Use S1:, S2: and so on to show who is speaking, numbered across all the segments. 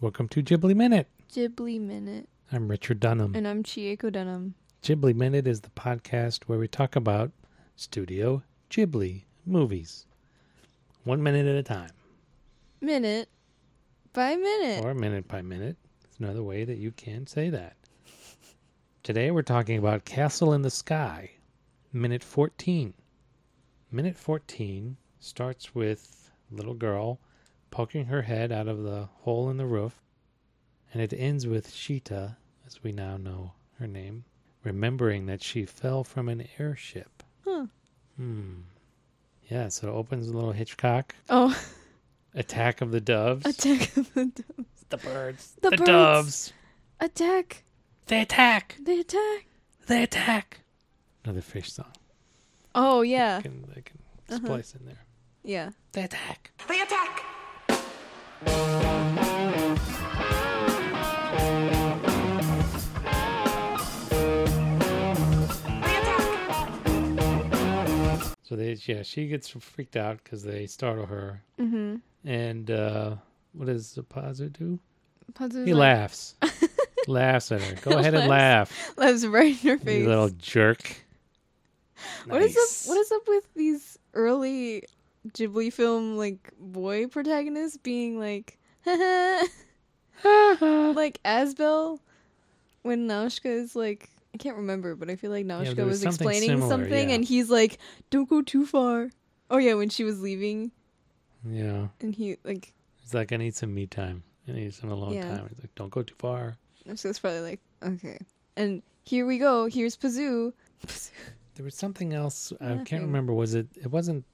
S1: Welcome to Ghibli Minute.
S2: Ghibli Minute.
S1: I'm Richard Dunham.
S2: And I'm Chieko Dunham.
S1: Ghibli Minute is the podcast where we talk about Studio Ghibli movies, one minute at a time,
S2: Minute by minute.
S1: or minute by minute. It's another way that you can say that. Today we're talking about Castle in the Sky, minute 14. Minute 14 starts with a little girl poking her head out of the hole in the roof, and it ends with Sheeta, as we now know her name, remembering that she fell from an airship.
S2: Huh.
S1: Hmm. Yeah, so it opens a little Hitchcock.
S2: Oh,
S1: Attack of the Doves.
S2: attack of the do-
S1: the birds.
S2: The
S1: The,
S2: birds.
S1: doves.
S2: attack!
S1: They attack.
S2: They attack!
S1: They attack. Another fish song.
S2: Oh yeah,
S1: I can, I can
S2: Uh-huh.
S1: splice in there.
S2: yeah.
S1: They attack.
S3: They attack! They attack!
S1: So they, yeah, she gets freaked out because they startle her.
S2: Mm-hmm.
S1: And uh, what does the Pazu do?
S2: Pazu's
S1: He
S2: like,
S1: laughs. laughs at her. Go ahead and laugh,
S2: laughs right in her face.
S1: you little jerk.
S2: What is
S1: Nice.
S2: up? What is up with these early Ghibli film like boy protagonists being like, like Asbel when Naushka is like. I can't remember, but I feel like Naushka
S1: there was
S2: was,
S1: something
S2: explaining
S1: similar,
S2: something,
S1: yeah.
S2: and he's like, "Don't go too far." Oh yeah, when she was leaving,
S1: Yeah.
S2: and he like,
S1: He's like, I need some me time. I need some alone
S2: Yeah.
S1: time. He's like, don't go too far.
S2: so it's probably like, "Okay." And here we go. Here's Pazoo. Pazoo.
S1: There was something else. I can't
S2: Nothing.
S1: remember. Was it? It wasn't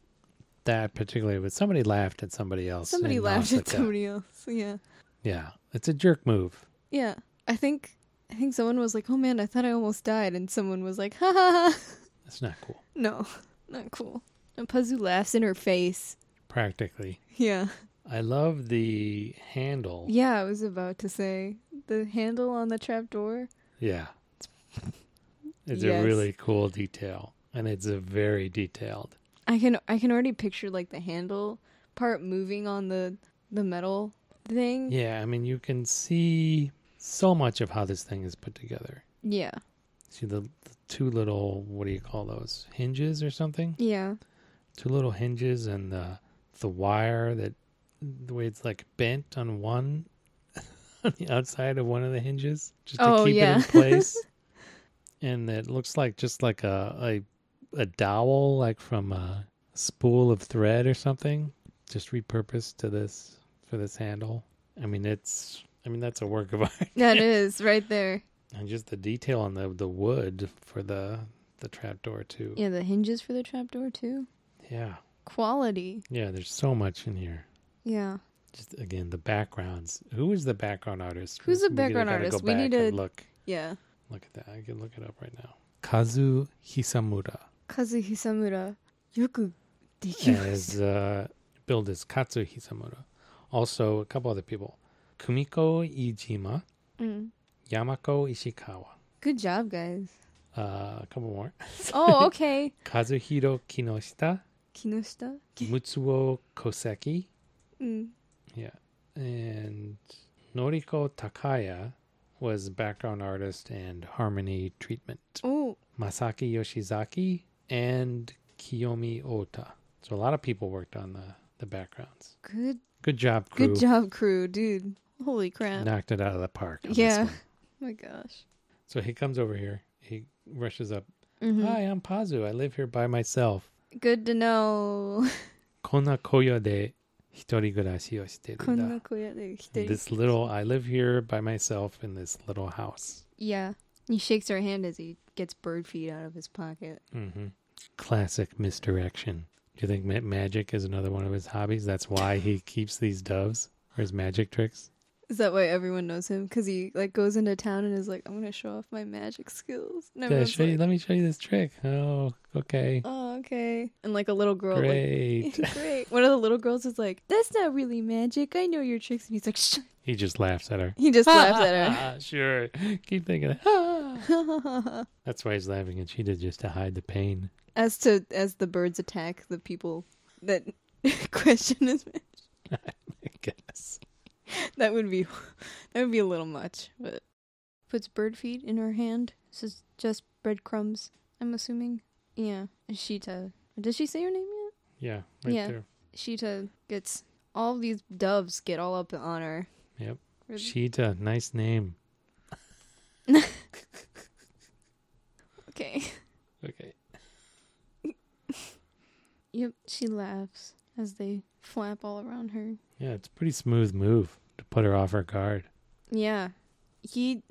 S1: that particularly, but somebody laughed at somebody else.
S2: Somebody
S1: in
S2: laughed at
S1: Nausicaa.
S2: somebody else. Yeah.
S1: Yeah, it's a jerk move.
S2: Yeah, I think I think someone was like, "Oh man, I thought I almost died," and someone was like, "Ha ha!" ha."
S1: It's not cool.
S2: No, not cool. And Pazu laughs in her face.
S1: Practically,
S2: Yeah,
S1: I love the handle. Yeah,
S2: yeah. I was about to say the handle on the trapdoor.
S1: it's
S2: Yes.
S1: a really cool detail, and it's a very detailed.
S2: I can I can already picture like the handle part moving on the the metal thing. Yeah,
S1: Yeah, I mean, you can see so much of how this thing is put together.
S2: yeah.
S1: See the, the two little what do you call those hinges or something? two little hinges and the the wire that the way it's like bent on one on the outside of one of the hinges just to
S2: Oh,
S1: keep it
S2: yeah.
S1: in place and it looks like just like a, a a dowel like from a spool of thread or something just repurposed to this for this handle i mean it's i mean that's a work of art
S2: That is right there.
S1: and just the detail on the the wood for the the trapdoor too
S2: Yeah, the hinges for the trapdoor too.
S1: yeah
S2: Quality.
S1: yeah there's so much in here
S2: Yeah.
S1: just again the backgrounds. Who is the background artist?
S2: Who's the
S1: Maybe I
S2: background
S1: gotta go
S2: artist? We
S1: back
S2: need
S1: and
S2: to-
S1: look.
S2: Yeah.
S1: Look at that. I can look it up right now. Kazu Hisamura
S2: Kazuhisamura. Yoku
S1: is uh, billed as Katsu Hisamura. Also, a couple other people: Kumiko Ijima,
S2: Mm.
S1: Yamako Ishikawa.
S2: Good job, guys.
S1: Uh, a couple more:
S2: Oh, okay.
S1: Kazuhiro Kinoshita,
S2: Kinoshita?
S1: Mutsuo Koseki,
S2: Mm.
S1: and Noriko Takaya was background artist and harmony treatment.
S2: Oh,
S1: Masaki Yoshizaki, and Kiyomi Ota. So a lot of people worked on the, the backgrounds.
S2: good
S1: Good job, crew.
S2: good job, crew, dude. Holy crap.
S1: Knocked it out of the park. on this
S2: Yeah.
S1: one.
S2: Oh my gosh.
S1: So he comes over here. He rushes up.
S2: Mhm.
S1: Hi, I'm Pazu. I live here by myself.
S2: Good to know.
S1: こんな小屋で一人暮らしをしてるんだ。
S2: Konnakoya-de-hitori.
S1: This little, I live here by myself in this little house.
S2: yeah. He shakes her hand as he gets bird feed out of his pocket.
S1: hmm Classic misdirection. Do you think ma- magic is another one of his hobbies? That's why he keeps these doves for his magic tricks?
S2: Is that why everyone knows him? Because he like goes into town and is like, "I'm gonna show off my magic skills." And
S1: Yeah,
S2: everyone's
S1: show you,
S2: like,
S1: let me show you this trick. Oh, okay.
S2: "Oh, okay." And like a little girl, like,
S1: Great.
S2: Great. One of the little girls is like, "That's not really magic. I know your tricks." And he's like, Shh.
S1: he just laughs at her.
S2: "He just laughs at
S1: Ah, sure. Keep thinking that. Ah.
S2: her."
S1: That's why he's laughing and she did just to hide the pain.
S2: as to as the birds attack the people that question his magic.
S1: I guess.
S2: that would be that would be a little much, but puts bird feed in her hand. Says just breadcrumbs. I'm assuming. Yeah, Shita. Did she say her name yet?
S1: Yeah, right
S2: Yeah.
S1: there.
S2: Shita gets all these doves get all up on her.
S1: Yep.
S2: Really?
S1: Sheeta, nice name.
S2: okay.
S1: Okay.
S2: Yep. She laughs as they flap all around her.
S1: Yeah, it's a pretty smooth move to put her off her guard.
S2: Yeah. He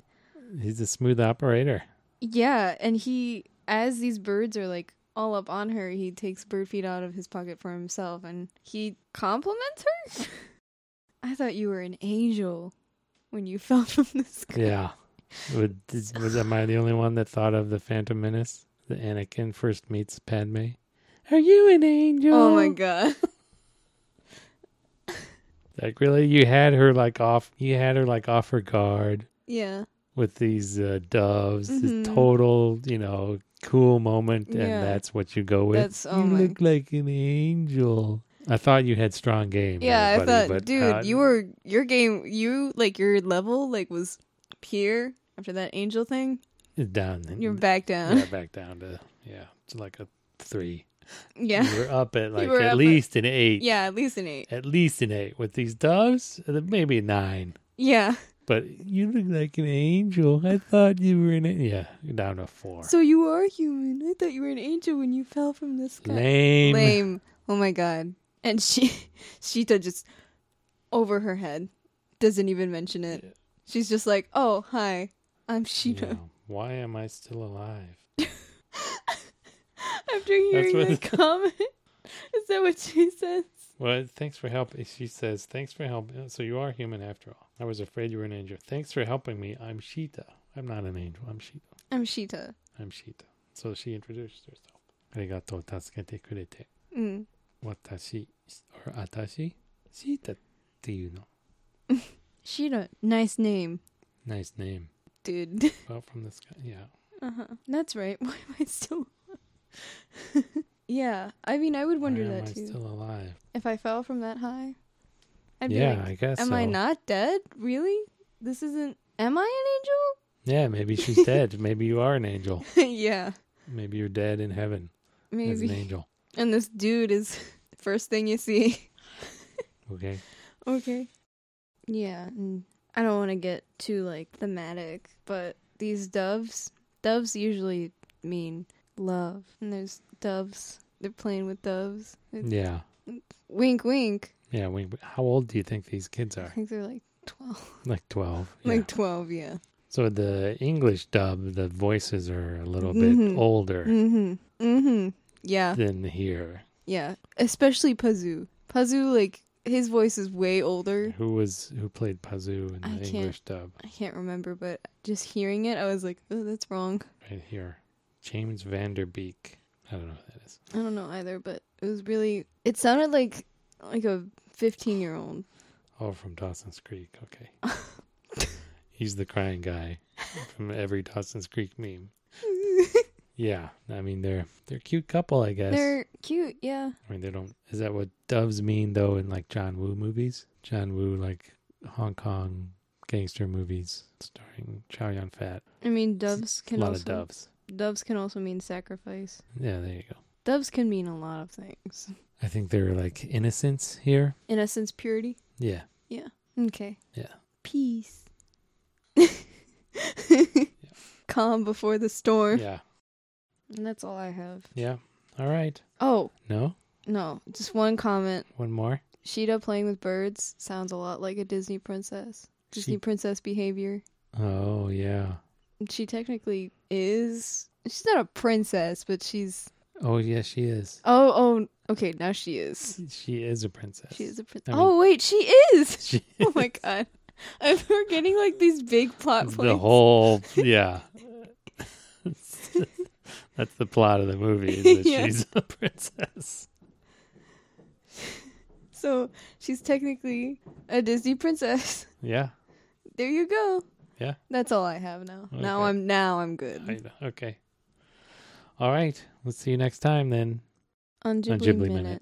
S1: He's a smooth operator.
S2: Yeah, and he, as these birds are like all up on her, he takes bird feed out of his pocket for himself and he compliments her? I thought you were an angel when you fell from the sky.
S1: Yeah. Would, is- was am I the only one that thought of the Phantom Menace? The Anakin first meets Padme. Are you an angel?
S2: Oh my god.
S1: Like really, you had her like off. You had her like off her guard
S2: Yeah.
S1: with these uh, doves. This
S2: Mhm.
S1: total, you know, cool moment,
S2: Yeah.
S1: and that's what you go with.
S2: That's- oh
S1: you
S2: my-
S1: look like an angel. I thought you had strong game.
S2: Yeah, I
S1: everybody,
S2: thought,
S1: but,
S2: dude,
S1: uh,
S2: you were, your game, you, like, your level, like, was pure after that angel thing.
S1: down.
S2: You're back down.
S1: Yeah, back down to yeah, to like a three.
S2: Yeah. Yeah,
S1: You were up at like
S2: were
S1: at
S2: up at-
S1: least an eight.
S2: at least an eight.
S1: at least an eight with these doves, uh, maybe a nine.
S2: Yeah.
S1: But you look like an angel. I thought you were an angel. Yeah, you're down to four.
S2: So you are human. I thought you were an angel when you fell from the sky.
S1: Lame.
S2: lame. Oh my god. And she Shita just over her head doesn't even mention it. She's just like, "Oh, hi.
S1: You
S2: I'm Shita."
S1: know, why am I still alive?
S2: After hearing
S1: what-
S2: that comment, is that what she says?
S1: Well, thanks for helping. She says, "Thanks for helping." So you are human after all. I was afraid you were an angel. Thanks for helping me. I'm Sheeta. I'm not an angel. I'm Sheeta.
S2: I'm Shita.
S1: I'm Sheeta. So she introduced herself. Arigato tasukete kurete.
S2: Mm.
S1: Watashi or atashi? Sheeta. Do you know?
S2: Shita, nice name,
S1: Nice name.
S2: dude.
S1: Well, from the sky. Yeah.
S2: Uh-huh. That's right. Why am I still Yeah, I mean, I would wonder
S1: Why am
S2: that
S1: I
S2: too.
S1: Still alive?
S2: If I fell from that high, I'd be
S1: yeah,
S2: like,
S1: I guess.
S2: "Am
S1: so.
S2: I not dead? Really? This isn't Am I an angel?"
S1: Yeah, maybe she's dead. maybe you are an angel.
S2: yeah,
S1: Maybe you're dead in heaven as an
S2: maybe.
S1: angel.
S2: And this dude is first thing you see.
S1: Okay.
S2: okay. Yeah, and I don't want to get too like thematic, but these doves, doves usually mean love, and there's doves. They're playing with doves. It's-
S1: Yeah.
S2: Wink, wink.
S1: Yeah. We, how old do you think these kids
S2: I
S1: are?
S2: think they're like twelve.
S1: Like twelve. Yeah.
S2: Like twelve, yeah.
S1: so the English dub, the voices are a little
S2: Mhm.
S1: bit older
S2: Mm-hmm. Mm-hmm. Yeah,
S1: than here.
S2: yeah. Especially Pazu. Pazu, like his voice is way older.
S1: Who was who played Pazu in the
S2: I can't-
S1: English dub?
S2: I can't remember, but just hearing it, I was like, oh, that's wrong.
S1: Right here, James Vanderbeek. I don't know who that is.
S2: I don't know either, but it was really. It sounded like like a fifteen year old.
S1: Oh, from Dawson's Creek. Okay. He's the crying guy from every Dawson's Creek meme. Yeah, I mean they're they're a cute couple, I guess.
S2: They're cute, yeah.
S1: I mean they don't. Is that what doves mean though in like John Woo movies? John Woo like Hong Kong gangster movies starring Chow Yun Fat.
S2: I mean, doves
S1: A
S2: can
S1: lot
S2: also
S1: of doves.
S2: doves can also mean sacrifice.
S1: Yeah, there you go.
S2: Doves can mean a lot of things.
S1: I think they're like innocence here.
S2: In essence, purity.
S1: Yeah,
S2: Okay.
S1: Yeah.
S2: Peace. Calm before the storm.
S1: yeah,
S2: And that's all I have.
S1: yeah. All right.
S2: Oh
S1: No,
S2: no, just one comment.
S1: one more.
S2: Sheeta playing with birds sounds a lot like a Disney princess. Disney
S1: She-
S2: princess behavior.
S1: Oh yeah.
S2: She technically is. She's not a princess, but she's.
S1: Oh yeah, she is.
S2: Oh, oh, okay. Now she is.
S1: She is a princess.
S2: She is a princess.
S1: I mean-
S2: oh wait, she is.
S1: She-
S2: Oh my god, I'm we're getting like these big plot points.
S1: the whole yeah. That's the plot of the movie. Is that
S2: Yeah.
S1: She's a princess.
S2: So she's technically a Disney princess.
S1: Yeah.
S2: There you go.
S1: Yeah.
S2: That's all I have now. Now
S1: Okay.
S2: I'm now I'm good.
S1: I know. Okay. All right. Let's see you next time then.
S2: On Ghibli,
S1: Ghibli
S2: minute.
S1: Minute.